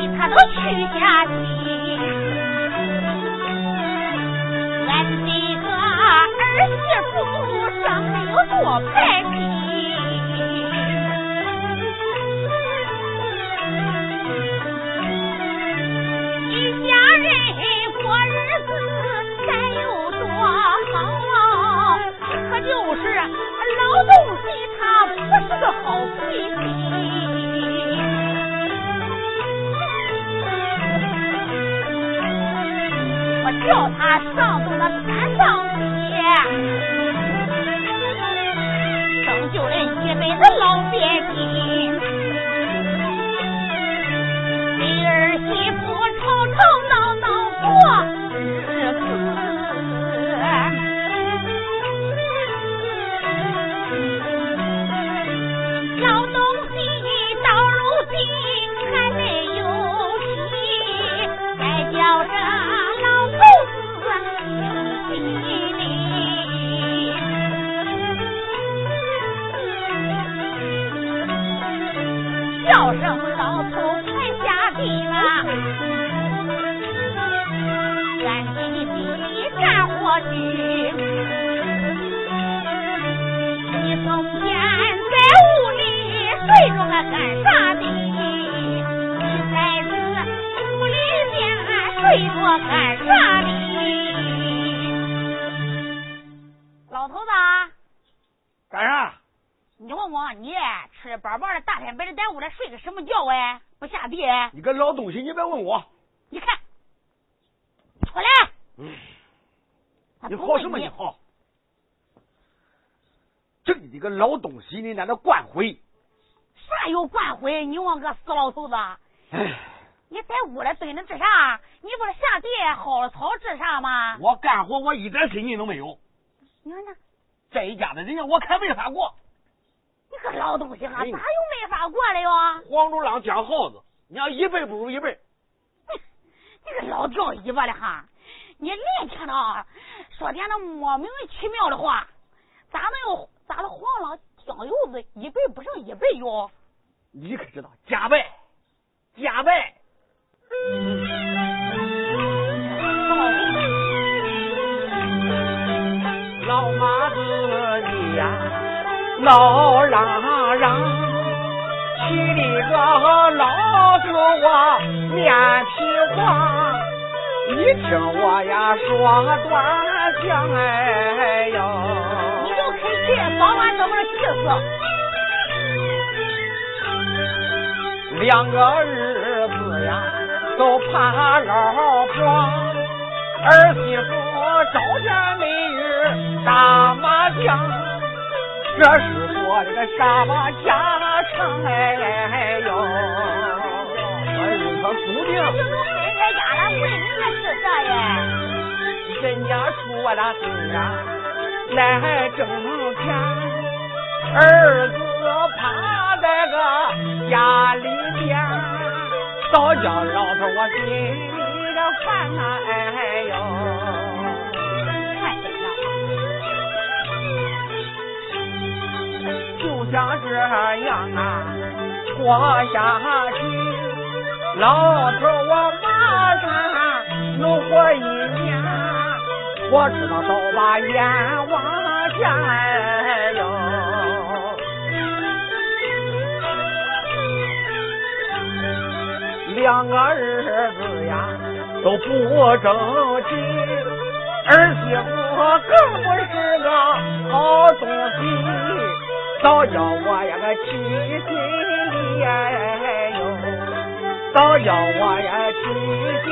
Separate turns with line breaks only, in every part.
去家亲，俺的个儿媳妇生的有多白皮，一家人过日子该有多好，啊可就是老东西他不是个好脾气。我叫他上到那天上去，拯救人一辈子老别亲。你儿媳妇吵吵闹闹过日子，老东西到如今还没有息，该叫这老头子心里。叫声老头快下地啦！咱弟弟干活去，你从前在屋里睡着俺干啥的？你在这屋里边睡着干啥的？老头子啊，
干啥？
你问我你吃饱饱的大天白的在屋里睡个什么觉哎？不下地？
你个老东西，你别问我。
你看，出来！
嗯，
他
你
不
好
问
什么？
你
你好？这你个老东西，你在那惯回。
啥有惯回？你我个死老头子！
哎，
你在屋里蹲着治啥？你不是下地薅了草治啥吗？
我干活我一点心情都没有，
你看那，
在家的人家我看没法过。
你个老东西啊，咋
哎
又没法过来哟？
黄鼠狼讲耗子，你要一辈不如一辈。
哼你个老掉尾巴了哈！你连天的说点那莫名其妙的话，咋能有咋的黄了酱油子一倍不剩一倍哟？
你可知道加倍，加倍。老妈子你呀、老嚷嚷，气里个老头我面皮黄，你听我呀说短讲哎
你
呦，
就开气，早晚都把人气死。
两个儿子呀都怕老婆，儿媳妇朝天没日打麻将。这是我这个沙巴家常哎呦，哎呦，他注
就
定
都没在家了，问你个是啥呀？
人家出我的子啊来挣钱，儿子趴在个家里边，早叫老头我心个烦啊哎呦，
看谁呢？
就像这样啊活下去。老头儿我骂他能活啊一年，我知道都把眼往下来哟。两个儿子呀都不争气，儿媳妇更不是个好东西，早叫我呀个气心里哎呦。早叫我呀去心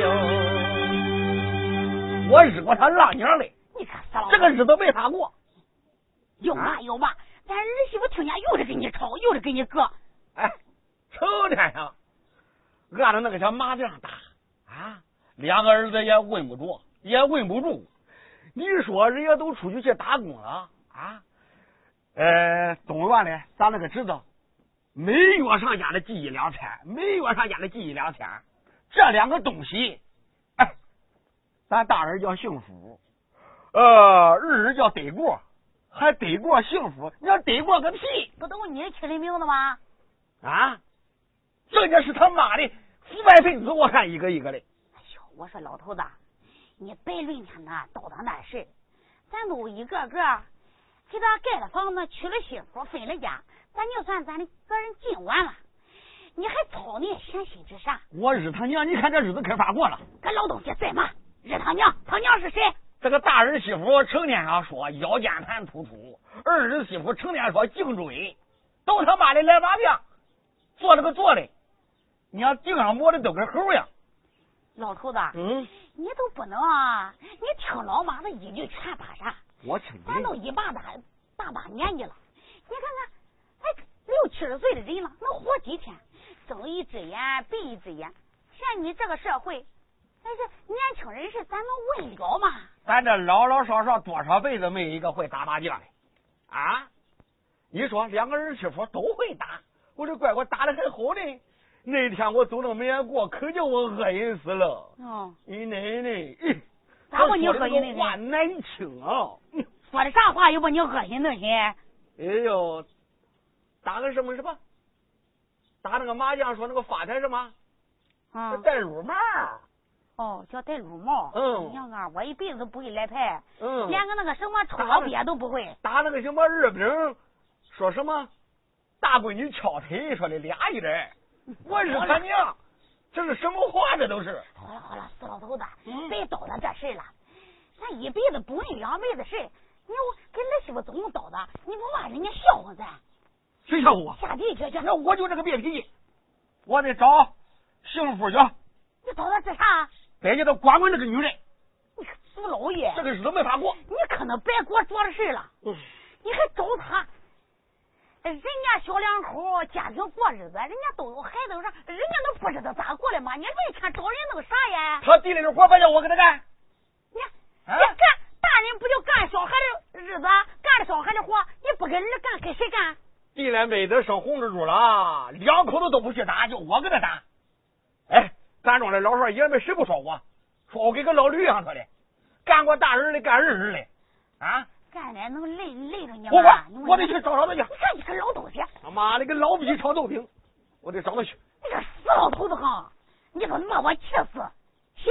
哟！我日过他浪娘嘞，
你个骚！
这个日子没他过。
有嘛有嘛，咱儿媳妇听见又是跟你吵，又是跟你搁。
哎，成天呀，按着那个小麻将打啊，两个儿子也问不着，也问不住。你说人家都出去去打工了啊？呃，总院嘞，咱那个侄子每月上家里寄一两千，每月上家里寄一两千，这两个东西，哎，咱大人叫幸福，呃，二人叫得过，还得过幸福，你要得过个屁
不都你起的名字吗？
啊！
这件事他妈的腐败分子，我看一个一个的。
哎呦，我说老头子，你别论他那倒腾那事儿，咱都一个个给他盖了房子，娶了媳妇，分了家，咱就算咱的责任尽完了。你还操那闲心之啥？
我日他娘！你看这日子可法过了。
跟老东西算嘛？日他娘，他娘是谁？
这个大儿媳妇成天上说腰间盘突出，二儿媳妇成天说颈椎，都他妈的来麻将，做这个做的，你要顶上磨的都跟猴一样。
老头子，
嗯，
你都不能、啊，你听老妈子一句劝把啥？
我听
咱都一把大大把年纪了，你看看，哎，六七十岁的人了，能活几天？睁一只眼闭一只眼。像你这个社会，哎，这年轻人是咱能问了吗？
咱这老老少少多少辈子没有一个会打麻将的啊！你说两个儿媳妇都会打，我这乖乖打的还好呢。那天我走到门眼过，可叫我恶心死了。
嗯，
你奶奶！哎
咋把你恶心的
她说这个话难听啊！
说的啥话又把你恶心的些？
哎呦，打个什么什么？打那个麻将说那个发财什么？
啊、
戴乳帽。
哦，叫戴绿帽。
嗯
你看看，我一辈子都不会来牌，
嗯。
连个那个什么臭老鳖都不会。
打那个什么日兵，说什么大闺女翘腿，说的俩一人。 我日他娘，这是什么话？这都是。
好了好了，死老头子，
嗯
别叨叨这事儿了。咱一辈子不问两辈子事儿，你我跟儿媳妇总共叨叨，你不骂人家笑话咱，
谁吓唬我？
下地去去。
那我就这个倔脾气，我得找幸福去，
你叨叨这啥？
得叫他管管这个女人，
你个死老爷，
这个日子没法过。
你可能别给我做这事儿了，
嗯
你还找他？哎人家小两口家庭过日子，人家都有孩子，有啥？人家都不知道咋过的嘛。你这一天找人弄啥呀？
他地里的活白叫我给他干，
你
啊
你干大人不就干小孩的日子，干了小孩的活，你不给儿干，给谁干？
地里没得生红蜘蛛了，啊两口子都不去打，就我给他打。哎，咱庄的老少爷们谁不说我？说我跟个老驴一样说的，干过大儿的，干二儿的，啊！
干了能累累着你
我
吗？你
我我得去找找他去。
你看你个老东西，
他妈的，跟老逼炒豆饼，我得找他去。
你个死老头子哈！你都能把我气死！行，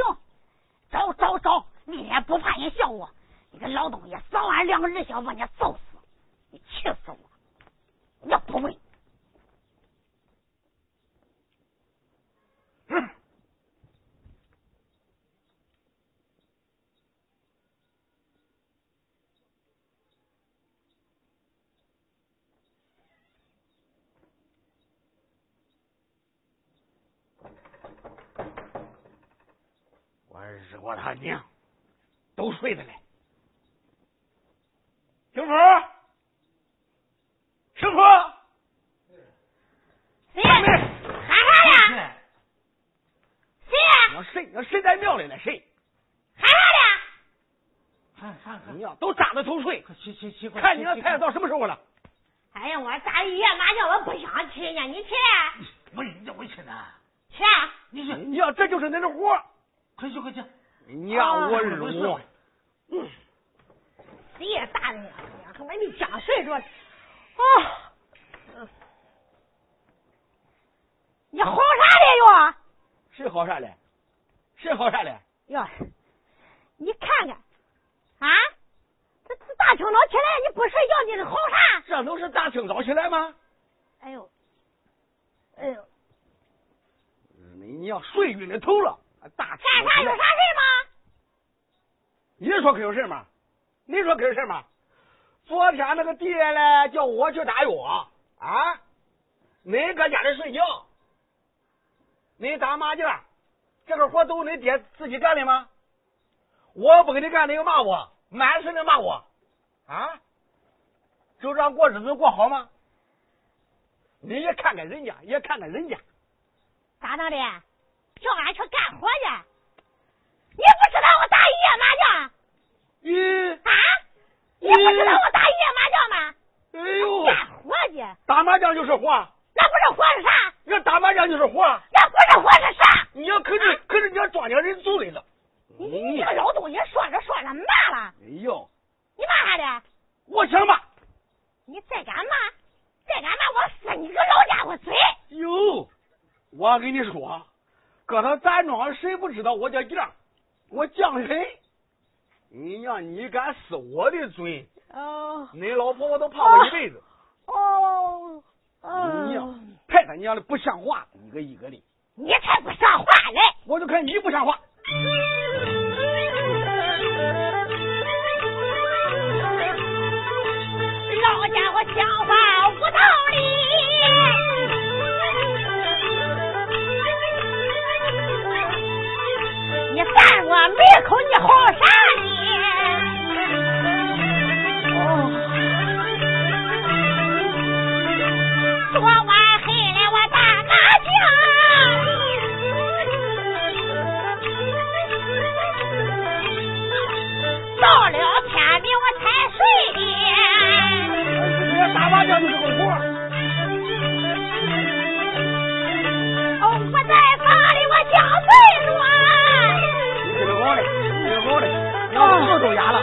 找找找，你也不怕人笑我？你个老东西，早晚两个人想把你揍死，你气死我！你要不问，
我日我他娘，都睡着嘞。幸福，幸福，
谁哎呀？喊啥呀？谁呀？
要谁要谁在庙里呢？谁？
喊啥
看哎看看
你，要都扎着头睡，
快去去去！快
看你
去
那
去
牌子
看
到什么时候了？
呀？哎呀，我大爷夜麻将，我不想吃呢，你吃了？
我你这我去呢，
吃啊了？
你去，
你要这就是恁的活儿，
快去快去！
你要我日
啊
我，
谁也大人呀？还把你讲睡着了。啊，你吼啥嘞
谁好啥嘞？谁好啥嘞？
又？哟，你看看，啊，这这大清早起来你不睡觉，你吼啥？
这能是大清早起来吗？
哎呦，哎呦，
你嗯你要睡晕了头了，啊大清
干
早
啥
起
有
来
啥事儿吗？
你说可有事儿吗？你说可有事儿吗？昨天那个地爷嘞叫我去打药啊，恁搁家里睡觉，恁打麻将，这个活都是恁爹自己干的吗？我不给你干，你又骂我，满身的骂我啊！就这样过日子过好吗？你也看看人家，也看看人家，
咋弄的？叫俺去干活去？你不知道我打一夜麻将
咦、
啊？你不知
啊
道我打一夜麻将吗？
哎呦，
干活去，
打麻将就是活，
那不是活是啥？
你打麻将就是活。
那不是活是啥？
你要可是可是你要庄稼人族里了，
你
嗯
你这个老东西说着说着骂了，
哎呦，
你骂啥的？
我想吧，
你再敢骂，再敢骂，我撕你个老家伙嘴！
哟，我我跟你说，啊搁那咱庄谁不知道我叫将，我将人。你让你敢撕我的嘴，
哦
你老婆我都怕我一辈子。
哦哦，
你呀，太他娘的不像话，一个一个的，
你才不像话嘞！
我就看你不像话。
老家伙讲话无道理，你犯我没口，你吼啥哩？昨晚黑了我打麻将，到了天明我才睡。
哎这打麻将就是个活儿。
哦，我在房里我脚背软，
你个好嘞，你个好嘞，老子都哑了。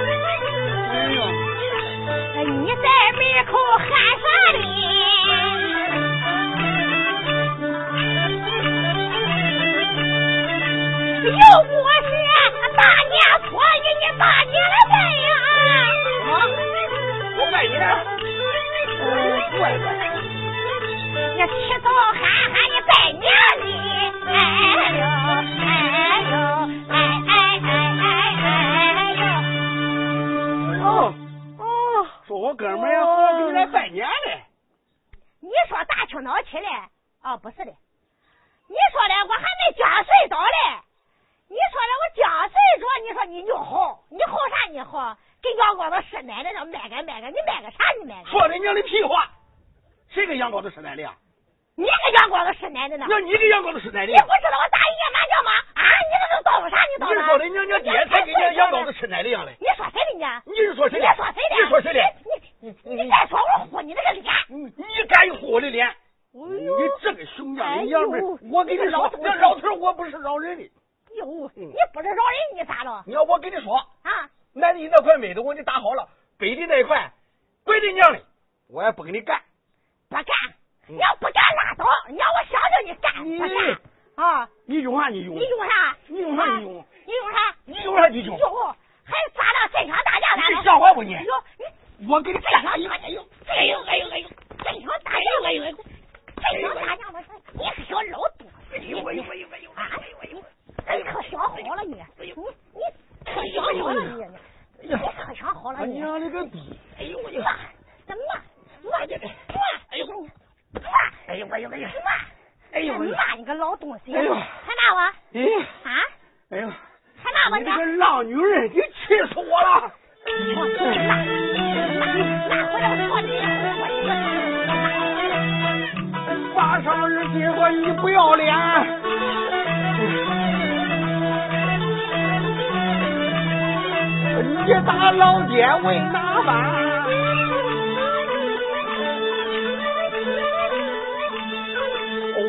哎呦，
你在门口喊啥哩？又不是大年初一，你大年了拜呀？
我拜年
我乖乖。你起早喊喊你拜年哩，哎呦哎呦哎哎哎哎哎呦。
哦，
哦，
说我哥们儿好给你来拜年嘞。
你说大清早起来？哦，不是的，你说的我还没觉睡着嘞。你说的我觉睡着，你说你就吼，你吼啥？你吼，跟杨光子师奶奶那卖个卖个，你卖个啥？你卖个？
说人家的屁话，谁给杨光头吃奶的呀？
你个杨光子师奶奶呢？
那你给杨光头吃奶的
你？不知道我打一夜麻将吗？啊，你这是叨叨啥？你
你
叨叨？
说人家家爹才给人家杨光头吃奶的样嘞？
你说谁的呢？
你是说谁
你
的？
说谁的？
你说谁的？
你你你再说我呼你那个脸！
你你敢呼我的脸？
哎
你这个熊样的娘们儿
哎呦，
我跟你
这老
说，
头
这老头儿我不是饶人的。
哟，
嗯
你不是饶人你咋了？
你要我跟你说，
啊，
南的那块美的我给你打好了，北的那一块，归你娘的，我也不跟你干。
不干！你
嗯
要不干拉倒，你要我想想你干
你
不干啊？
你用啥？你用
你用啥？
你用啥
啊
你用
你用啥？
你用啥？你用？
哟，还咋了？真想打架咋了？
你像话不你
哟，你
我给你干啥？你
哎呦哎呦哎呦哎呦，真想打架！哎呦哎呦，真想打架！我说你个小老犊子！
哎呦哎呦哎呦哎呦
啊！你可想好了你，你你可想好了你，你可想好了
哎
你。
娘了个逼！
哎呦我的妈！怎么骂你骂？哎呦骂！
哎呦哎呦哎呦！
骂！
哎呦哎呦！
骂你个老东西！
哎呦
还骂我啊？
哎哎呦！
还骂我
你
呢
这？个浪女人，你气死我了！
我骂！骂回来我说你！我你！
八上二斤说你不要脸，你打老爹为哪般？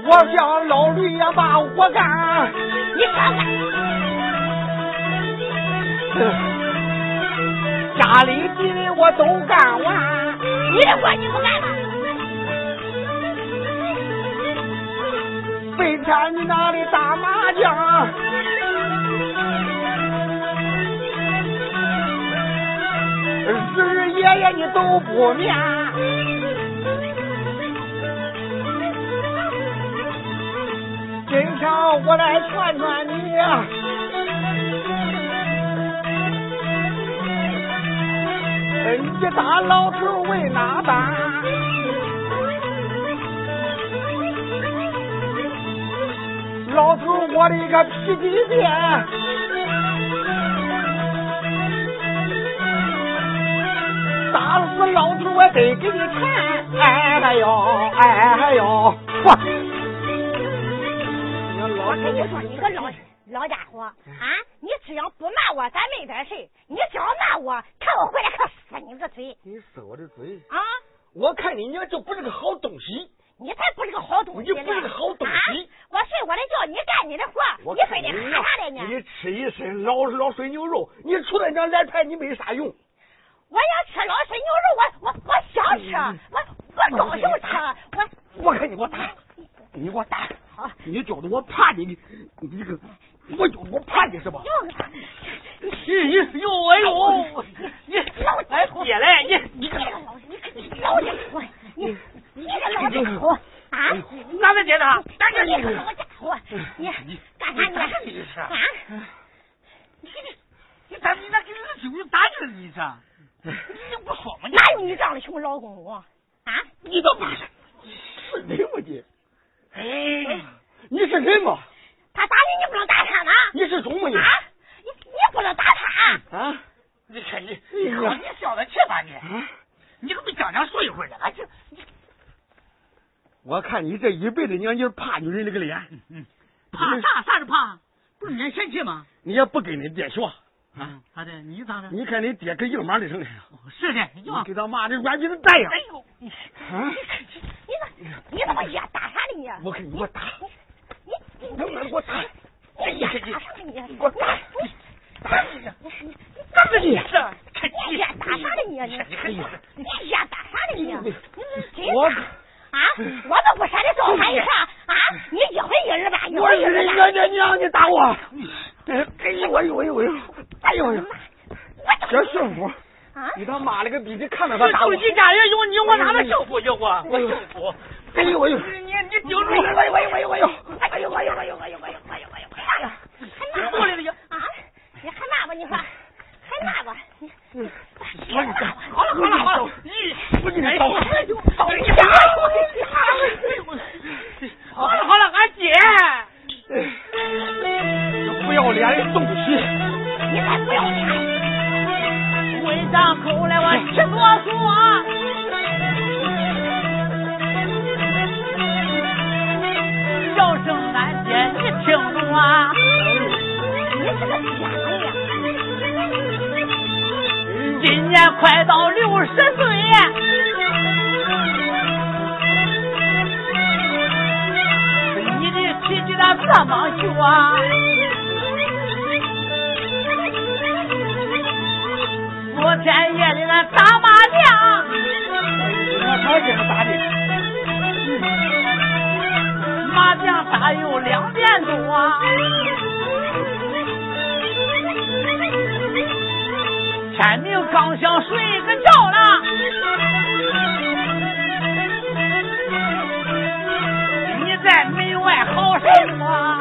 我叫老驴也把我干，
你看看。
家里地里我都干完。
你的活你不干了，
白天你那里打麻将，日日夜夜你都不眠。今天我来劝劝你，你打老头为哪般？老头我的个脾气变，打死老头我得给你看。哎呦，哎呦，哇！
我跟你说，你个老老家伙啊！你只要不骂我，咱没点事儿你只要骂我，看我回来可撕你个嘴
你死我的嘴！
啊！
我看你娘就不是个好东西。
你才不是个好东西呢！
你不是个好东西
啊！我睡我的觉，你干你的活，
我
你非得喊啥来呢？
你吃一身老老水牛肉，你除了娘来菜，你没啥用。
我要吃老水牛肉，我我我想吃，我我高兴吃，我
我看你给我打，你给我打！
好，
你觉得我怕你？你你这个，我觉得我怕你是吧？咦呦哎呦！你
老
哎姐嘞，你你
你个老你个老家伙，你你个老家伙
哎
啊！
哪位姐呢？哪个
你个老家伙，
哎
你干啥你
你是
啊？
你给你，你咋你那给你媳妇打你了你这？你就不说吗？
哪有你这样的穷老公公啊？
你倒妈是是你吗你？
哎，
你是人吗？
他打你，你不能打他呢？
你是猪吗你？
啊？你你不能打他？
啊？
你看你，
哎
你
呀
说你消了气吧你？
啊
你可比张娘说一会儿呢，俺这，
我看你这一辈子娘就是怕女人那个脸，
嗯，怕啥？啥是怕？不是人嫌弃吗？
你也不跟你爹学，
啊，咋的？你咋的？
你看你爹跟硬妈的成的，
是的，你
你
就往
给他妈的软皮子带呀
嗯啊哎！呦，
啊！
你怎你怎么也打他的你？
我给你我打，
你你
能不能给我打？哎呀，
打啥的你？
给我打！
打你呀！
打死你！
这看
你也打啥的你？
你看你，
你也打啥的你？你真
我
啊！我都不舍得揍他一下啊！你一回一日吧，一
嗯我
回一
是
日
你
吧。
娘娘娘，你打我！哎呦哎呦哎呦哎呦！哎呦哎呦！小幸福，
啊！
你他妈了个逼！你看着他
这
打我
手！机家人有你，我哪能幸福去我？我幸福。
哎呦哎呦！
你你顶住！
哎呦哎呦哎呦哎呦！
哎呦哎呦哎呦哎呦哎呦哎呦哎呦！哎呀，还骂我啊！你还骂吧？你说
嗯
还骂吧？你你
我给你打！
好了好了好了，
我给你
哎
打！
哎呀！好了好了，俺姐，
不要脸的东西！
你再不要脸！
回上口来我直哆嗦。叫声俺姐，你听着啊！
你是个假的！
今年快到六十岁，你的脾气咋这么倔啊？昨天夜里俺打麻将，
我才给他打的。
麻将打有两点多啊，天明刚想睡个觉了，你在门外好什么？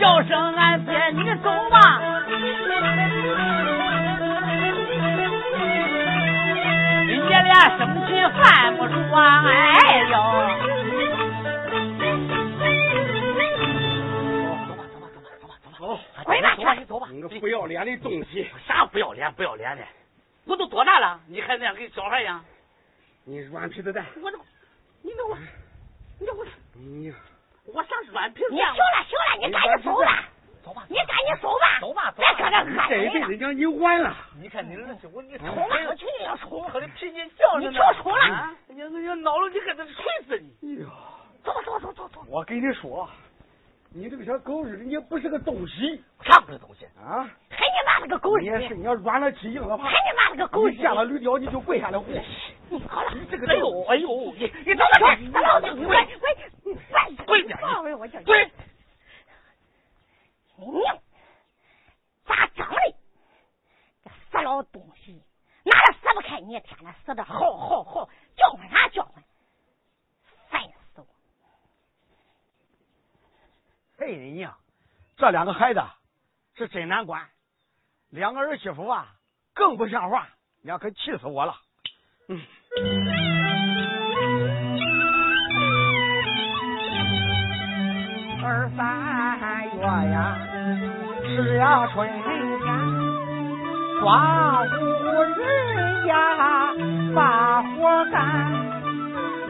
叫声俺爹，你走吧。爷俩生气犯不着啊！哎呦，
走，
回吧去
走吧，你个不要脸的东西！
啥不要脸不要脸的？我都多大了，你还那样跟小孩一样？
你软皮子蛋！
我都，你等我，你等我，
你
我上软皮
你
面
行了行了，你赶紧走吧，
走吧
你赶紧走吧，
走吧走
别搁
吧。
这恶
这一
心了
辈子，哎娘你完了！哎
你看你儿媳妇，你
冲吧，我去你要冲，
可这脾气犟着呢。
你跳出来
啊你你你恼了，你可得锤死你！
哎呦，
走走走走走，
我跟你说，你这个小狗日的，你不是个东西
啥不是东西？
啊！
嘿你妈了个狗
你
日的，
也是，
嘿
你要软了皮硬了怕，
你妈了个狗日
你啊见了
的，
驴貂你就跪下来呼。
你好了，
这个
哎呦哎呦，你你等
走
等，
走
你
走
等
走，
等，
喂
跪
喂喂，
跪点
放回我叫你，
跪！
你咋整的？这死老东西，哪儿死不开你？天天死的嚎嚎嚎，叫唤啥叫唤？烦死我！
嘿，人呀，哎这两个孩子是真难管，两个儿媳妇啊更不像话，你可气死我了。嗯，
二三月呀，是呀春天，抓户人呀把活干，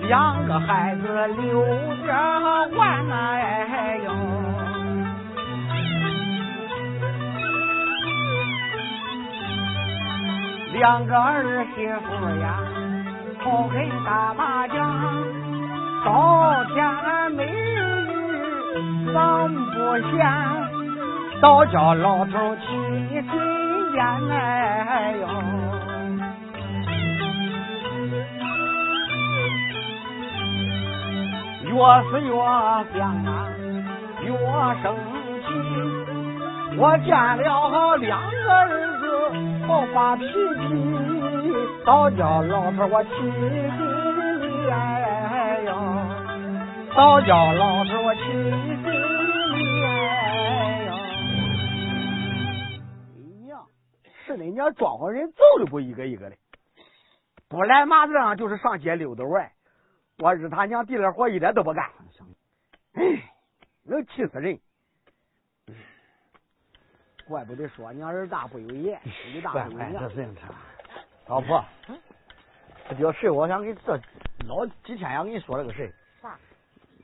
两个孩子留着玩哎呦。两个儿媳妇呀，好跟打麻将，到天没日咱不闲，倒叫老头儿去追烟哎呦。
是越想啊越生气，我见了两个儿子好发脾气，倒叫老头我气心里哎呦，倒叫老头我气心里哎呦。
你娘，是你娘庄活人揍的不一个一个的，不来麻将就是上街溜达玩儿。我日他娘地里活一点都不干，哎，能气死人！怪不得说娘儿大不有爷，
哎
女大不有
真
娘。
是。老婆，这有事我想给这老几天想跟你说这个事
啥？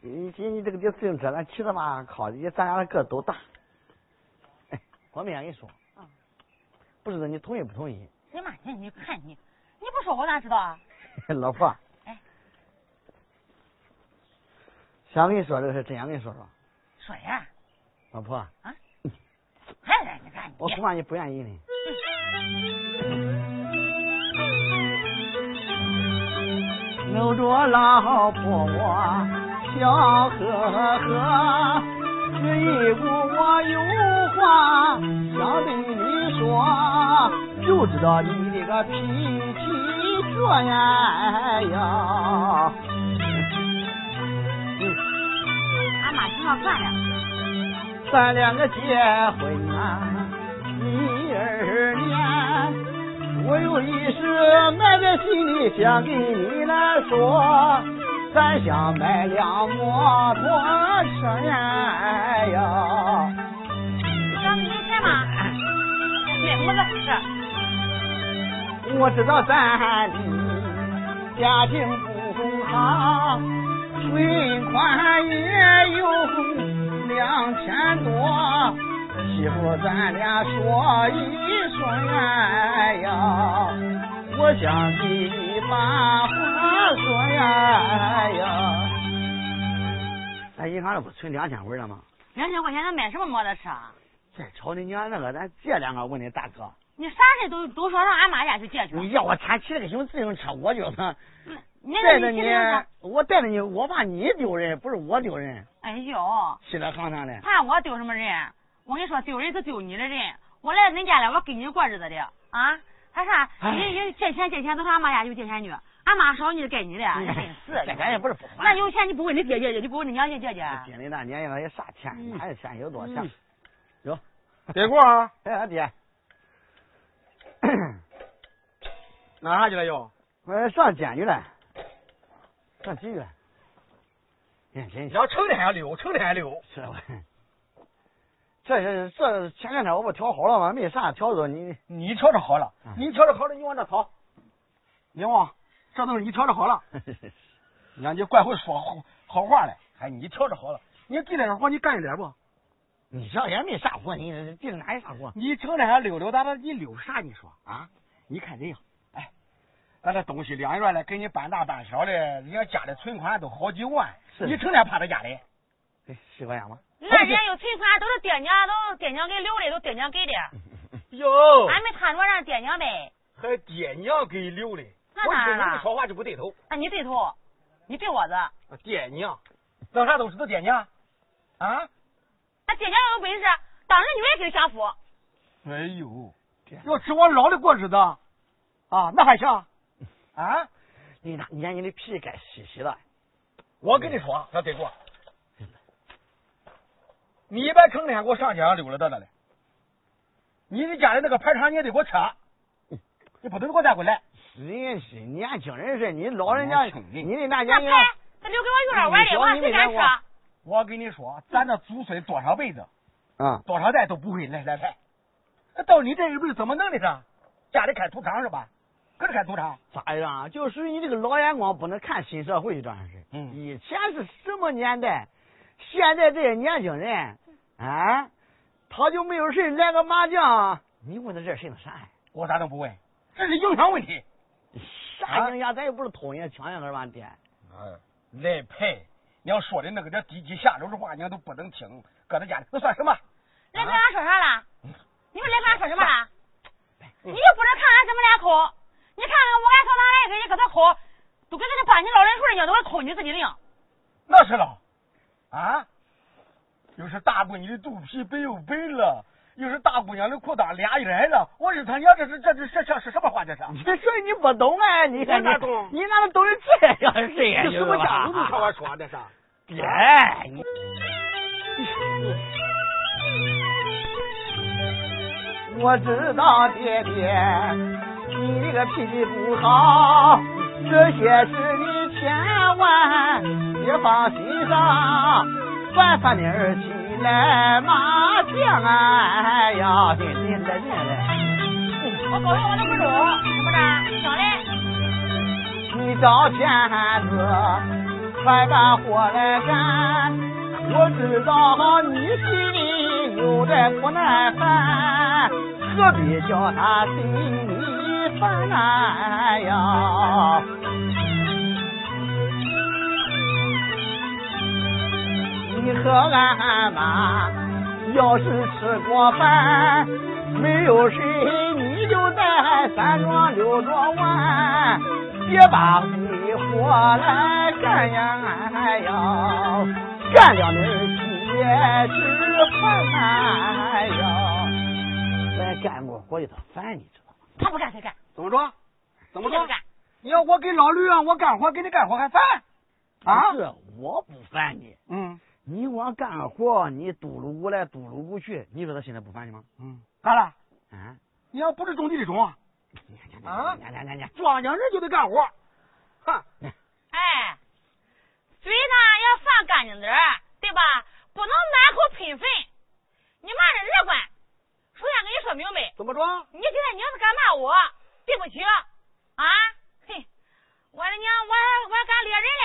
你今你这个这自行车，咱骑的嘛，靠的，咱俩个都大。哎，我没想跟你说
啊。
不知道你同意不同意？
哎呀妈呀，你看你，你不说我哪知道啊？
老婆
哎。
想跟你说这个事，真想跟你说说。
说呀，
老婆，啊
还让你看
我
你
恐。怕你不愿意 呢。搂着老婆我笑呵呵，这一股我有话想对你说，就知道你这个脾气倔呀。嗯
俺妈知道算了，
咱两个结婚啊，一二年，我有一事埋在心里，想给你来说，咱想买辆摩托车呀
让你给钱吗？对，我的哎是。
我知道咱家境不好，存款也有两千多，媳妇咱俩说一说呀，我想给你把话说呀。咱银行里不存两千回了吗？
两千块钱能买什么摩托车？啊？
再瞅你娘那个，咱借两个。我问你大哥，
你啥事都都说上俺妈家去借去。
你要我天骑了个熊自行车，我就能。
你
带着
你
你
骑自行车，
我带着你，我怕你丢人，不是我丢人，
哎呦，
稀里行当的。
怕我丢什么人？我跟你说，丢人是丢你的人。我来恁家了，我跟你过日子的啊，还啥？
哎
你你借钱借钱都上俺妈家去借钱去，俺妈少你就该你的，
哎
真 是
这
的。
咱也不是不
那
还。
有钱你不问你爹借借，你不问你娘借借去？
经理那年纪了也啥钱，
嗯
哪有钱有多少钱？有，
别过啊，
哎呀爹，
哪啥去了又？
我上监狱了，上几狱了？哎，真
你
是
要成天溜，成天溜。
是我。这这这前两天我不调好了吗？没啥调子，你
你调整好了，你调整好了，你往这跑。明王，啊这都是你调整 好了。你看你怪会说好好话嘞，还你调整好了。你地里那活你干一点不？
你这也没啥活，你这地里哪有啥活？
你成天还溜溜达达，你溜啥？你说啊？你看人家，哎，咱这东西两院了，给你半大半小的，人家家里存款都好几万，
是
你成天趴在家里，
哎，是这样吗？
那人家有存款都是爹娘，都是爹娘给留的，都爹娘给的。
哟
啊
俺们摊着让爹娘呗。
还爹娘给留的。
那当然了
说话就不对头，
那啊你对头，你对我子。
爹娘，那啥都是他爹娘啊？
那爹娘要有本事，当着女儿给享福。
哎呦
这样，
要指望老的过日子啊？那还行啊？
你那你看你的脾气该洗洗了。
我跟你说，啊那得过。你别成天给我上街上溜达达了，你的家里那个排场你也得给我扯，你不能给我带回来。
真是年轻人是，你老人家，
年轻人
你的那
那
年纪，
牌那留给我院儿玩的，我还谁敢吃？
我跟你说，啊咱这祖孙多少辈子、
啊，
多少代都不会来来来，那到你这一辈怎么弄的上？家里开赌场是吧？搁这开赌场，
咋样？啊就属于你这个老眼光不能看新社会这样事。
嗯
以前是什么年代？现在这些年轻人，啊，他就没有事来个麻将，你问他这事能啥呀？
我咋能不问？这是影响问题。啊
啥影响？咱又不是偷人家抢人家吧，爹？
嗯，来牌，你要说的那个叫低级下流的话，人家都不能听，搁在家里那算什么？啊
来跟俺说啥了？你们来跟俺说什么了？
嗯
你又不能看俺怎么俩抠， 你看看我俺从哪来给你搁那抠，都跟那个半斤老人数一样，都跟抠你自己的样。
那是老啊，又是大闺女的肚皮白又白了，又是大姑娘的裤裆俩眼了。我日他娘，这是这是这这是什么话？这 是
你这你不懂啊？你看
我
你
哪懂
你哪能懂得这样事呀？
这什么家
家
伙都瞧我说这是。
爹，哎你我知道爹爹，你这个脾气不好，这些事你千万别放心上，晚饭点儿起来麻将哎呀，真真的真的，
我高兴我能不中，是不是？咋嘞？
你找钱子快把活来干，我知道你心里有点不耐烦，何必叫他心里烦哎呀？你和俺妈要是吃过饭，没有水你就在三庄六庄玩，别把你活来干呀！哎呀，干了你儿也是烦哎呀！来干过活一趟饭，你知道吗？
他不干谁干？
怎么着？怎么
谁
着
不？干？
你要我给老驴让我干活，给你干活还烦？啊
不是我不烦你，
嗯
你光干活，你嘟噜咕来嘟噜咕去，你说他现在不烦你吗？
嗯，咋了？
啊？
你要不是种地的种，
啊！你你你
庄稼人就得干活。哼，
哎，嘴呢要放干净点儿，对吧？不能满口喷粪。你骂人乐观，首先跟你说明白，
怎么着？
你现在你要是敢骂我，对不起啊！嘿，我的娘，我还我还敢猎人嘞！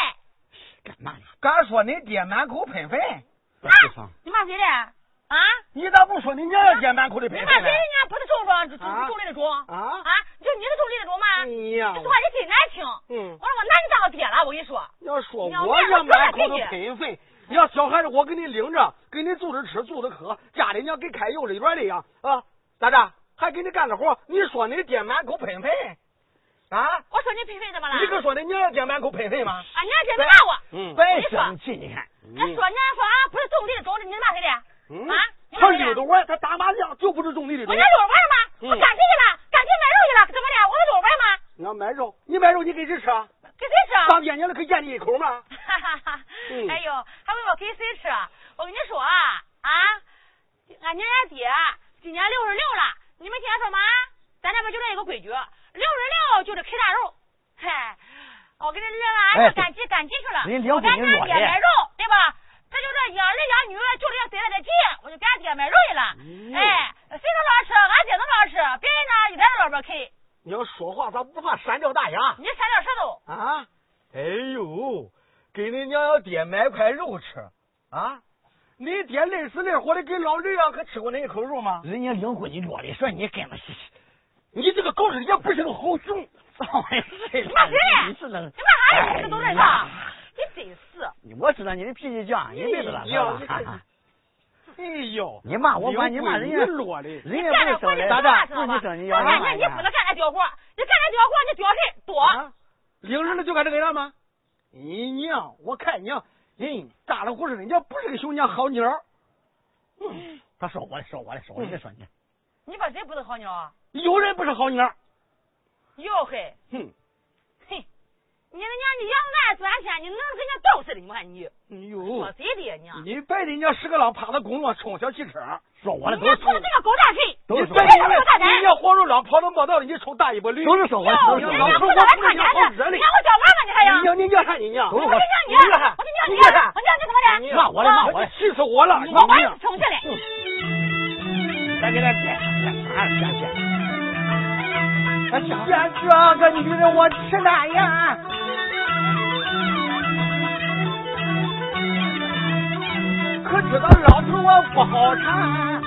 干嘛呢？
敢说你爹满口喷粪，
啊，你骂谁嘞？啊？
你咋不说你娘要爹满口的
你
喷
骂
粪
谁
呢
嘞？？你不是种庄种种类的种啊？
啊，
就你是种类的种吗？你
你哎呀
说话你真难听！我
嗯，
说我拿你当个爹了，我跟你说。啊
要说
你要
我
面子
也满
过
口
来
都
谢谢
喷粪，你要小孩子我给你领着，给你住着吃住着喝，家里娘给开幼儿园的呀啊，咋着？还给你干着活？你说你爹满口喷粪啊？
我说你喷粪怎么了？啊
你可说你娘要爹满口喷粪吗？
俺娘真骂我。
嗯
别生气，你看，
那说呢？说俺不是种地的种的，你骂谁的？
嗯
啊，你骂
他
谁的
溜达？玩，他打麻将就不是种地的
我
种
家。溜着玩儿吗？
嗯
我赶集去了，赶集买肉去了，怎么的？我是溜着玩儿吗？
你要买肉，你买肉你给谁吃啊？
给谁吃啊？
当爹娘的可咽你一口吗？
哈哈哈！
嗯
哎呦，还问我给谁吃？我跟你说啊，啊，俺娘俺爹今年六十六了，你们听俺说嘛？咱这边就这一个规矩，六十六就是啃大肉。嘿，我跟人家
哎
俺这啊赶集赶集去了，
人家
我给俺
领着
爹爹
你落
买
嘞
肉，对吧？这就这养儿养女，就这样得来的急，我就给俺爹买肉去了。
嗯
哎，谁能老吃，俺爹能老吃，别人呢一点都老不啃。
你要说话咋不怕闪掉大牙？
你闪点舌头，
啊！哎呦，给你娘要爹买块肉吃啊！你爹累死累活的跟老驴一样，可吃过那一口肉吗？
人家领婚你落的，说你跟着，
你这个狗日也不是个好 熊！
哎，是
你骂谁嘞？
你是能
你，骂俺俩这都认识啊
哎？
你真是。
我知道你的脾气犟，你别知道
哎
他
呀
了。
哎呦，
你骂我管，你骂人家
落的，
人
干
家
点
不
活
是
你多
生人，
大知道吧？
不是
我
你
感
生人，
哎
觉你不能干点屌活，你干点屌活你屌谁多？
啊，领上了就该这个样吗？你啊娘，我看娘，人大了胡子，人家不是个熊娘好鸟。
他说我的，说我的，说我的，说你，
你把谁不是好鸟啊？
有人不是好鸟，
哟嘿，
哼！
嘿，你那娘你养那转天，你能跟人家斗似的？你看你
哎
说
呦，
谁的呀娘？
你啊别人家十个狼趴在公路上冲小汽车。
说我的
人
都
家
是
冲这个狗蛋谁？
都
你
是
别
说
白
我
因
的，
为人家黄鼠狼跑到没道理，你冲大尾巴驴。
都是说我的，
哟，
都是
人
说
家
我
不
的。
是俺看娘的，你让我叫娃娃你还养？
你你叫啥？你娘，
我就
我
叫你，啊我就叫你，我叫你怎么的？
啊
骂我了，骂我了，
气死我了！
我把
啊
你冲下来。
赶紧来，来来，赶紧。
见这个女人我吃难呀！可知道老头我不好
啊
缠，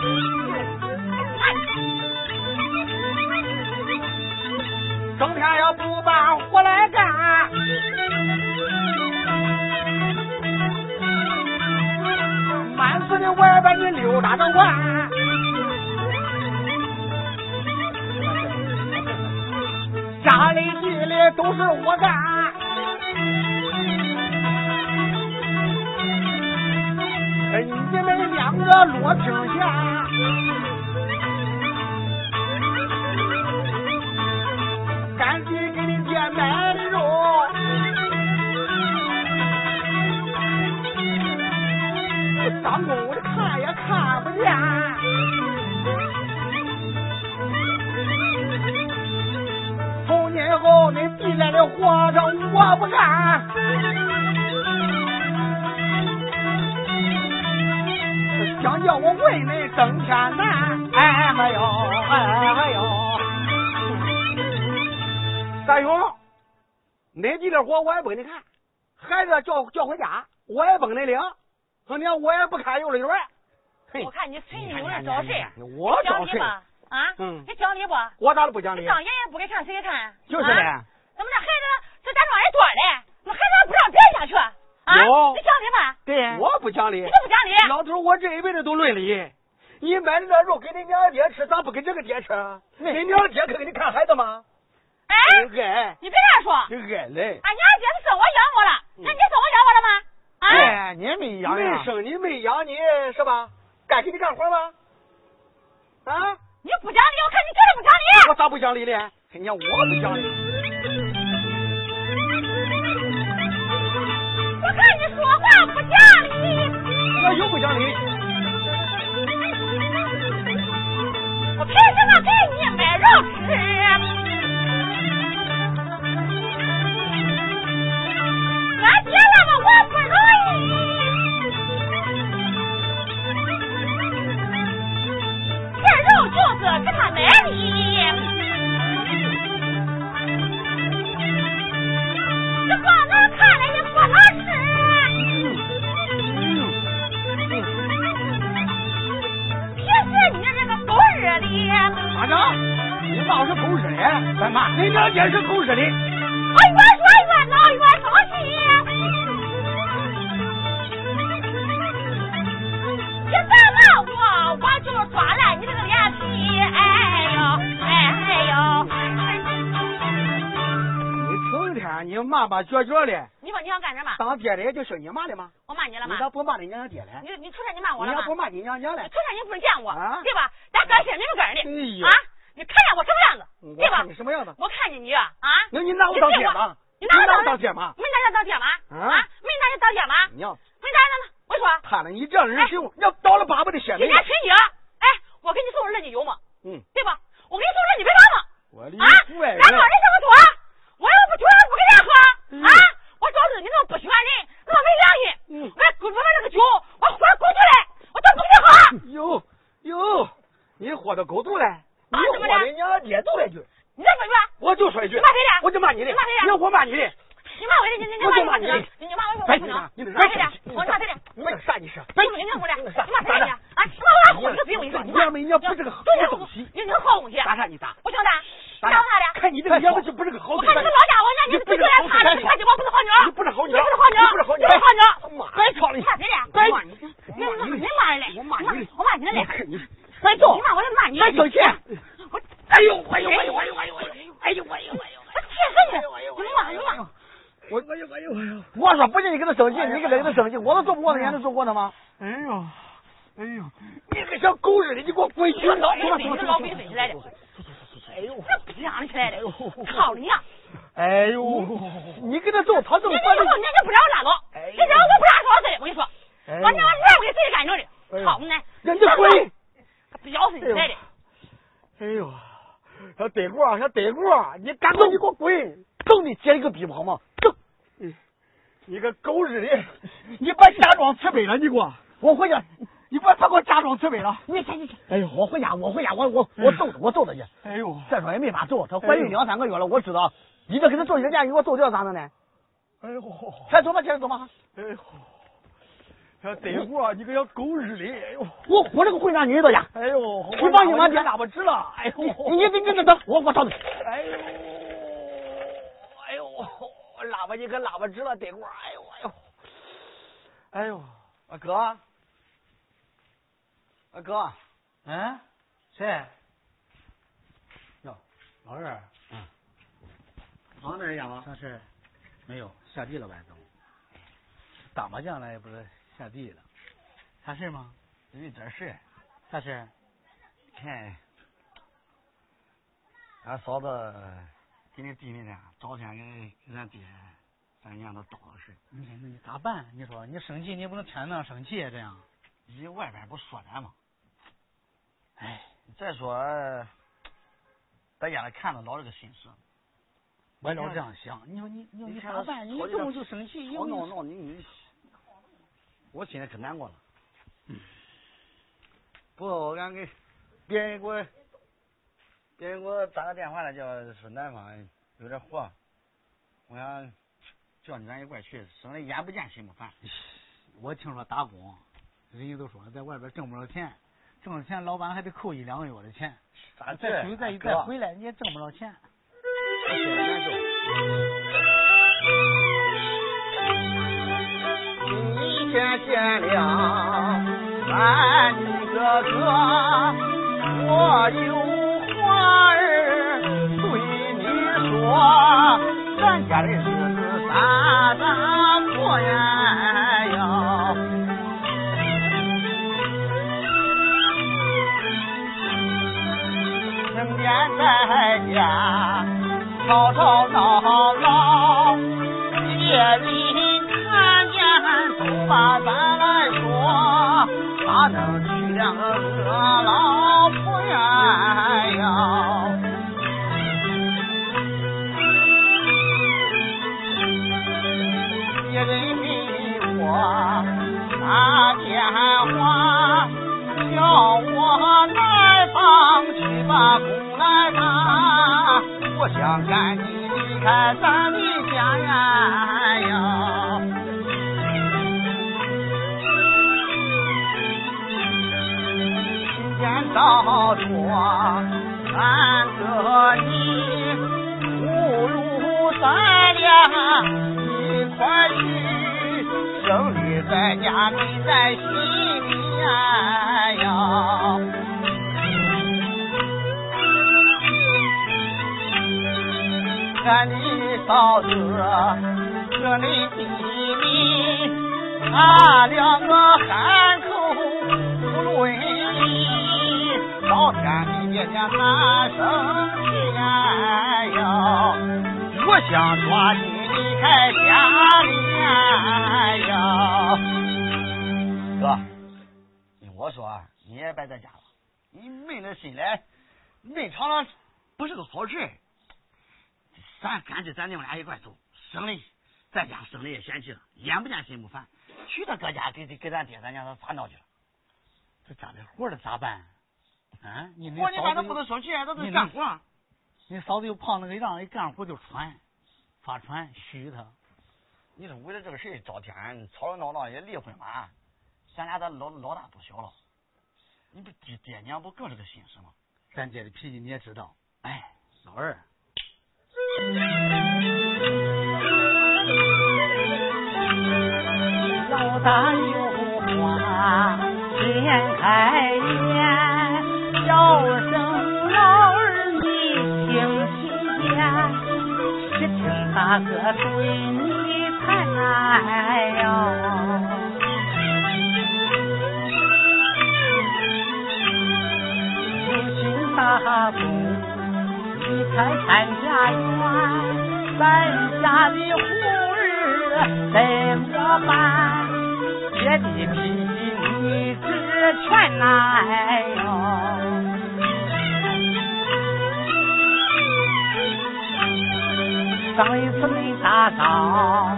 整天要不把活来干。满子的外边你溜达着玩，家里地里都是我干。
个落井下，赶紧给你姐买的肉，张公我看也看不见，从今后你地来的活着我不干。想叫我为你挣钱难，哎哎呦，哎哎呦，
三兄，恁地的活我也不给你看，孩子叫叫回家，我也不给你领。说你看我也不看幼儿园。嘿
我，看你吹牛呢，找谁？
我找
讲理
谁
不？？啊，
嗯
你讲理不？
我咋了不讲理？
长眼也不给上谁看？
就是
啊
嘞。
怎么这孩子这咋装耳朵嘞？怎么孩子还不让别人家去？啊，
有
你讲理吧？
对
我不讲理
你。就不讲理？
老头，我这一辈子都论理。你买的那肉给你娘爹吃，咋不给这个爹吃啊？你娘爹可给你看孩子吗？
哎，
矮，
你别这样说。
这矮嘞。
俺
哎
娘姐是生我养我了，那
嗯
你生我养我了吗？啊，
哎，你没养呀
没生你，没养你，是吧？该给你干活吗？啊？
你不讲理，我看你绝对不讲理。
我咋不讲理嘞？
哎
你看我不讲理。
我看你说话不讲理，
那又不讲理。
我凭什么给你买肉吃？啊俺姐那么我不容易，这肉就是给他买的。这光能看了也不能吃。平时你这个狗日的，
咋着？你爸我是狗日的，咱妈，你娘也是狗日的。
我越说越恼，越生气。你再骂我，我就抓烂你这个脸皮。哎呦，哎呦，
你成天你骂骂撅撅的，
你说你想干什么？
当爹的就是你骂的吗？
我骂你了
你
吗？
咋不骂你娘爹嘞？
你你出事你骂我
你
了
要
吗？
不骂你娘娘嘞
你？出事你不是见我
啊，
对吧？咱哥心明个根的。
哎呦
啊，，你看见我什么样子，对
我
吧
看你？什么样子？
我看见你啊，
那你拿我当爹吗？
你拿我
拿我
当
当爹吗？
没拿人当爹吗？啊，没拿人当爹吗？
你要
没拿人当，我说
看了你这样人是要倒了粑粑的血霉
人。家吹哎你，哎，我给你送人家你有吗？
嗯，
对吧？我给你送人你别装吗？
我的
啊，
乖
咱
人
老人这么多，我又不穷，不给人喝啊！我找是你那么不喜欢人，那么没良心，我还滚出来这个酒，我活滚出来，我都不给人喝。
哟哟，你活到狗肚嘞？
啊
你
怎么
活
的
的娘爹都来句，
你再说一遍。
我就说一句，
你骂谁的
我就骂你的，
你骂谁的
那我骂你的，
你骂我的，你你你骂我的，你你骂我的，
哎，
我不
你
能
骂，你
骂谁的？我骂谁的？
你骂啥？你是？
你不给娘过来，你骂谁的？啊，你骂我混个逼！我跟你说，你骂你你好东西，
打啥你打？
不行的，你打他的。
看你这个样子就不是个好
我
嘴
看你个老家伙，那你嘴来擦你看鸡巴不是好妞，
你不是好妞，
你不是好妞，
你不是好妞，
你不是好妞，
妈，还吵了
你
你，
骂谁的？
该
你你骂人嘞，我骂你，我骂你嘞，
你，
快走！你骂我就骂你，
还生气？
我
哎呦，哎呦，哎呦，哎呦，哎呦，哎呦，哎呦，哎呦。
我气死你！你骂你骂！
我哎呦哎呦哎呦！
我说不是你跟他生气，你跟他跟他生气，我都做不过他，人家都做过他吗？
哎呦，哎呦，
你个小狗日的，你给我滚
你哎老鬼子，你老鬼子起来的，
哎呦！哎
那逼样起来哎的，操你娘！
哎呦，
嗯
你跟他揍，他揍
你这以后你就不让哎我拉倒，你让我不让说对，我跟你说，
哎
我娘我不给谁干着的，操你奶！
人家滚！
彪死你来的！
哎呦，小德国，小德国，你赶快你给我滚！
揍你姐一个逼不好吗？揍！
你个狗日的！你别假装慈悲了，你给我，我回去，你别他给我假装慈悲了。
你这你哎呦，我回家，我回家，我我
嗯
我揍他，我揍他去。
哎呦，
再说也没法揍，她怀
哎
孕两三个月了，我知道。你这给她揍人家，给我揍掉咋弄呢？
哎呦，
快走吧，接着走吧。
哎呦，小德国，你个小狗日的！哎呦，
我我这个混账女人到家，
哎呦，
去帮你妈爹
打不吃了。哎呦，
你你你你等我我找你。
哎呦，哎呦，喇叭你可喇叭直了，德国，哎呦，哎呦，哎呦，啊哥，啊哥，
嗯，谁？
老二，嗯，忙点呀吗？
啥事？没有，下地了吧都。打麻将了也不是下地了，啥事吗？
有点事儿，
啥事儿？
看俺嫂子给你弟那俩找天给给咱爹，咱娘都叨了事儿。
你你咋办？你说你生气，你也不能天那生气啊这样。
人外边不说咱吗？
哎，
再说，在家里看着老这个心事。
我也老这样想。你说你你说
你
你
看
咋办？你一
吵架
动就生气，一
吵闹
动
闹，你你，我心里可难过了。不过俺给别人给我，别人给我打个电话来叫说南方哎有点活，我想叫你咱一块儿去，省得眼不见心不烦。
我听说打工，人家都说在外边挣不着钱，挣了钱老板还得扣一两个月的钱，
咋
再出去
哎
再一再回来你也挣不着钱。
俺心里难受。
你这见了俺哥哥，我有话儿对你说，咱家的日子咋咋过呀哟？成天在家吵吵闹闹，夜里看见都把咱来说，哪能娶两个老婆呀哟？别人给我打电话，叫我来帮去把工来拿。我想赶紧离开咱的家呀呀！今天早着俺和你不如咱俩一块去，胜利在家你在心里呀哟。俺的嫂子，这里弟弟，俺两个喊口不伦理，老天你爹娘他生气呀哟，我想抓紧离开家里呀哟。
哥，我说啊你也别在家了，你闷着心来，闷长了不是个好事。咱干脆咱娘俩一块走，省得在家省得也嫌弃了，眼不见心不烦。去他哥家给给给咱爹咱娘他烦恼去了。
这家里活的咋办？啊，你那
活你干
嫂
他
子
不能生气，他
你
得
那
干活。
你嫂子又胖那个样，一干活就喘，发喘，虚她。
你说为了这个事儿找天，吵吵闹闹也离婚吧？咱俩咱老老大不小了，你不爹爹娘不更是个心事吗？
咱姐的脾气你也知道，哎，老二，
老大有话先开言，叫声老儿你听其言，只听大哥对你谈哟。有心大哥。你才看家园，咱家的户儿怎么办？爹的脾气你知全来哟。上一次没打到，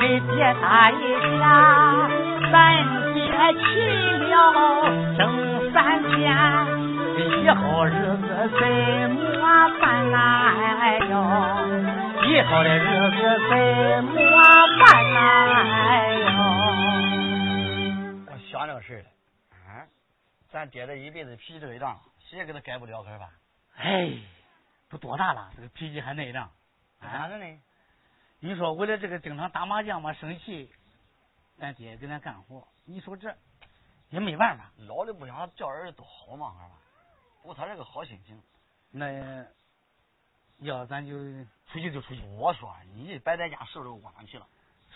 给爹打一下，咱爹去了整三天。以后日子怎么办来哟？以后的日子怎么办来哟？
我想这个事儿了，啊，咱爹这一辈子脾气这一仗，谁也给他改不了，可是吧？
哎，都多大了，这个脾气还那样。
咋
啊，
着呢？
你说为了这个经常打麻将嘛生气，咱姐也跟咱干活，你说这也没办法。
老的不想叫儿子都好嘛，是吧？不过他这个好心情，
那要咱就
出去就出去。我说你这白在家受受窝囊气了。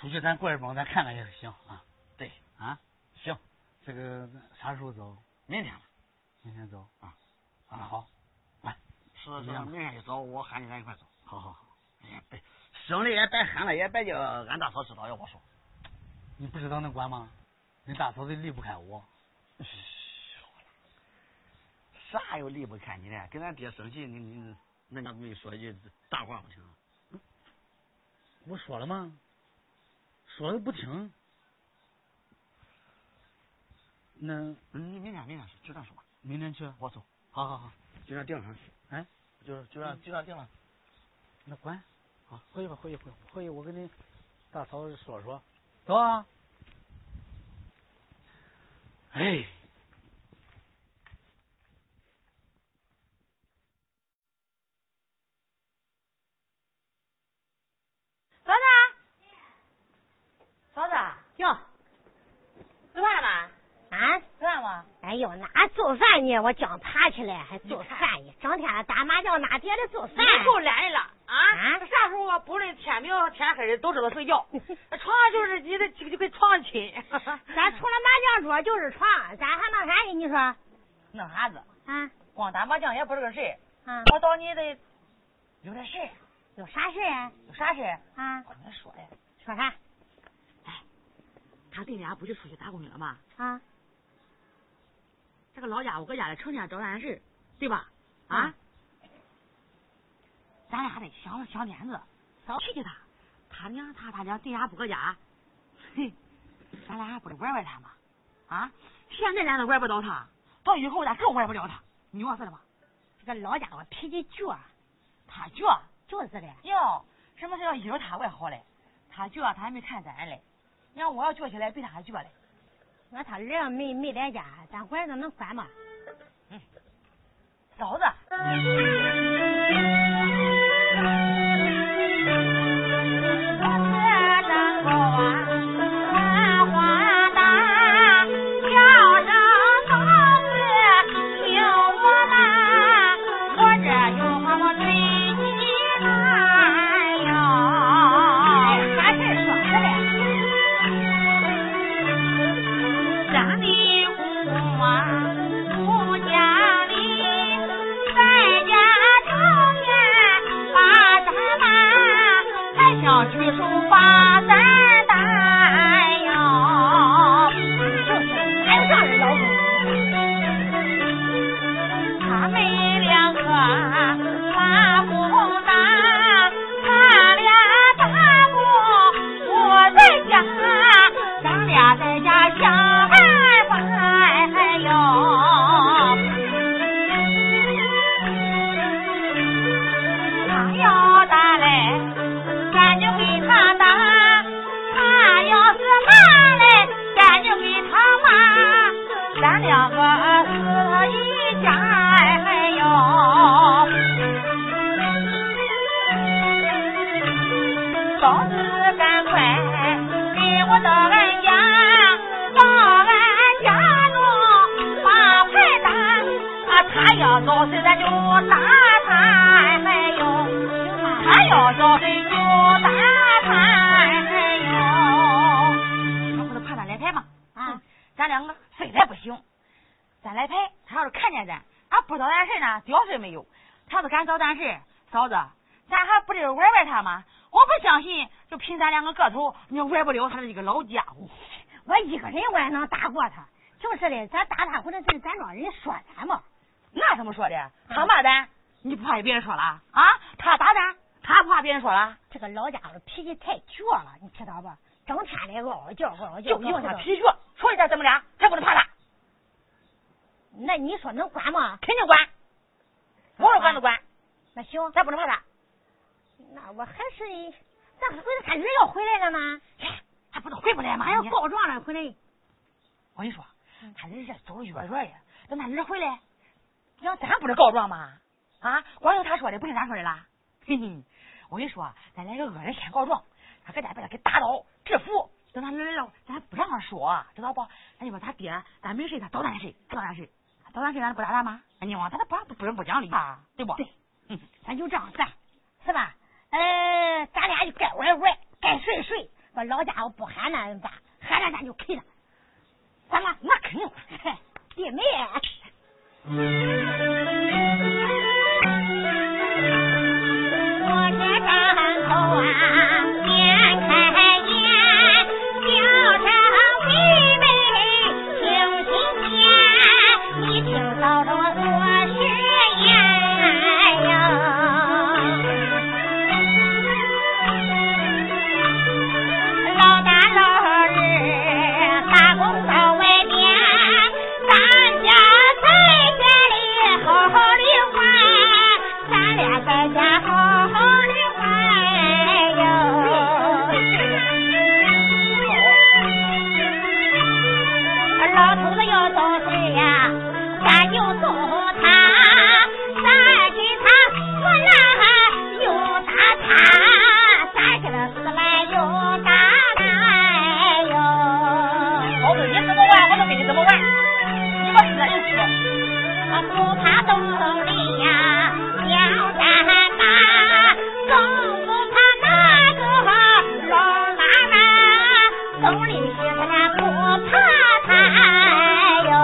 出去咱过一帮咱看看也行啊。
对
啊，行，
这个啥时候走？
明天吧，
明天走
啊
啊，好，
是是，明天一早我喊你咱一块走。
好好好，
哎呀，别省得也别喊了，也别叫俺大嫂知道，要我说。
你不知道能管吗？你大嫂子离不开我，
啥又离不开你呢？跟咱爹生气，你你人家没说一句大话不听。
我说了吗？说了不听，那
嗯你明天明天就这样说吧，
明天去，
我走，
好好好，
就这样定上。啊
哎，
就就这样就这样定了。
那管，好，回去吧，回去回去回去，我跟你大嫂子说说，走啊。哎，
嫂子，嫂子，哟，吃饭了？
啊！
吃饭吗？
哎呦，哪做饭呢？我刚爬起来还做饭呢，整天打麻将哪点的做饭？
你够懒人了啊！
啊
啥时候啊？不论天明天黑的都知道睡 觉，床上就是你的就就跟床上 亲。
咱除了麻将桌就是床，咱还弄啥呢？你说
弄啥子？
啊
光打麻将也不是个事儿。
啊，
我找你得有点事儿，
有啥事儿
有啥事儿？
啊？啊
我跟你说呀，
说啥
他跟人家不是出去打工去了吗？
啊？
这个老家伙搁家里成天找咱事儿，对吧？啊，咱俩还得想想点子，少去去他。他娘他他娘对家不搁家，嘿，咱俩还不得玩玩他吗？啊，现在咱都玩不到他，到以后咱更玩不了他，你说是吧？
这个老家伙脾气倔，
他倔。
就是的。
哟，什么事要依着他怪好嘞？他倔，他还没看咱嘞。你看我要倔起来，比他还倔嘞。
我他儿子没没在家，咱管着能管吗？
嫂子，
能够啊，花旦叫声嫂子听我啦，我这有话我对你来哟。啥事说哎出来？咱的公啊，不家里，在家常年把咱骂，还小举手把咱打哟。就是，还有丈人老他们两个打不打，他俩打不我在家，咱俩在家想办法哟。他要打来，咱就给他打；他要是骂来，咱就给他骂。咱两个是一家哎呦。嫂子，赶快给我到俺家，到俺家中把牌打。啊，他要找谁，咱就打他哎呦。他要找谁就打他哎呦。他不是怕咱来牌吗？啊，咱两个谁来不行，咱来牌，他要是看见咱，俺不找咱事呢，屌事没有。他要是敢找咱事，嫂子，咱还不得玩玩他吗？我不相信，就凭咱两个个头，你玩不了他的这个老家伙。我一个人我也能打过他。就是的，咱打他或者是咱找人说咱嘛。
哎那怎么说的？他骂咱，啊你不怕别人说了啊？他打咱，他不怕别人说了？
这个老家伙脾气太倔了，你知道吧？整天的嗷嗷叫，嗷嗷叫，
就用他
嗷嗷叫
皮倔，说一下咱们俩还不能怕他，
那你说能管吗？
肯定管。我说管就管，
那行，
咱不能怕他。
那我还是那回他人要回来了吗？
哎他不都哎回不嗯来吗？
还要
你
告状了回来？
我跟你说，他人是走了越越呀，等他儿回来，让咱不是告状吗？啊，光有他说的，不是咱说的啦。嘿嘿，我跟你说，咱来个恶人先告状，他搁家把他给打倒制服，等他儿了，咱不让他说，知道不？咱就说他爹，咱没事，他捣蛋谁，捣蛋谁，捣蛋谁，咱不打他吗？哎你往他他不不仁不讲理啊，对不？
对
嗯，
咱就这样算，是吧？呃，咱俩就该玩玩，该睡睡。把老家伙不喊咱咋？喊咱咱就 K 他。咱俩那肯定嘿，弟妹。我这张口啊，面开颜，叫声妹妹听心间，你听到了我誓言哟。老大老二打工到外边，咱家在家里好好的玩，咱俩在家好好的玩
哎
哟。老头子要走谁呀？咱就送他，咱给他死来又打他，咱给他死来又打他哟。
猴子，你怎么玩我都给你怎么玩，你把死就死。
我不怕东里呀，两山大，更不怕那个老妈妈，东里去咱不怕他哟。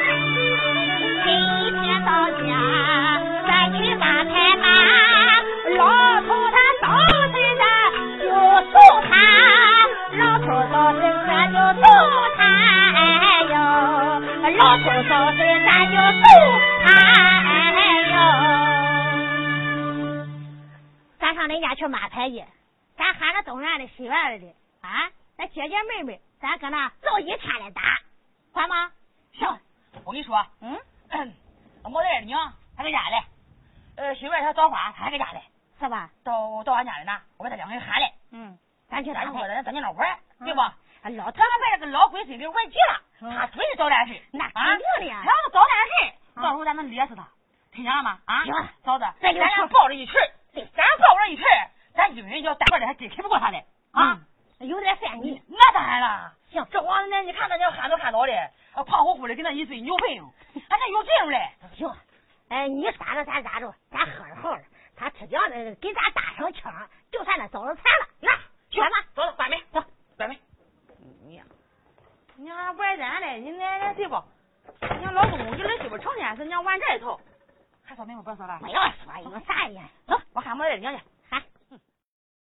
这一天到家，咱与马开骂，老头他早知咱就揍他，老头早知咱就揍他哎呦，老头早知咱就揍他哎呦。
咱上人家去马牌去，咱喊着东院的西院的啊，咱姐姐妹妹，咱搁那揍一天的打，管吗？
行，我跟你说，
嗯，
我的二娘她搁家嘞，呃，媳妇儿她枣花她还搁家嘞，
是吧？
到到俺家里呢，我给她两个人喊嘞，
嗯，咱去
咱
打
就说
牌。
咱咱就那玩儿，
嗯
对不？
啊老头
他们把这个老鬼孙给玩急了，
嗯
他准是找点事儿，
那
啊
肯定的呀
然后找点事
嗯
儿，到时候咱能勒死他，听见了吗？啊
行，
嫂子，
这
咱
就是
俩抱着一起儿，咱抱着一起儿，咱一个人要单个的还真啃不过他嘞，啊，
嗯有点算计。
那当然了。
行，
这王子呢？你看他那憨头憨脑的，呃胖乎乎的，跟那一堆牛粪哟，俺这有这样嘞。
行，哎，你耍着咱咋着，咱喝着喝着，他吃酱的给咱打上枪，就算那走了残了。那
行
行吧，
走了，关门，
走，
关门。你，你还玩咱嘞？你奶奶对不？你老公公跟儿媳妇成天是娘玩这一套，还说明白不说了？
哎
不要说有啥呀？走，
我喊我二娘去。
喊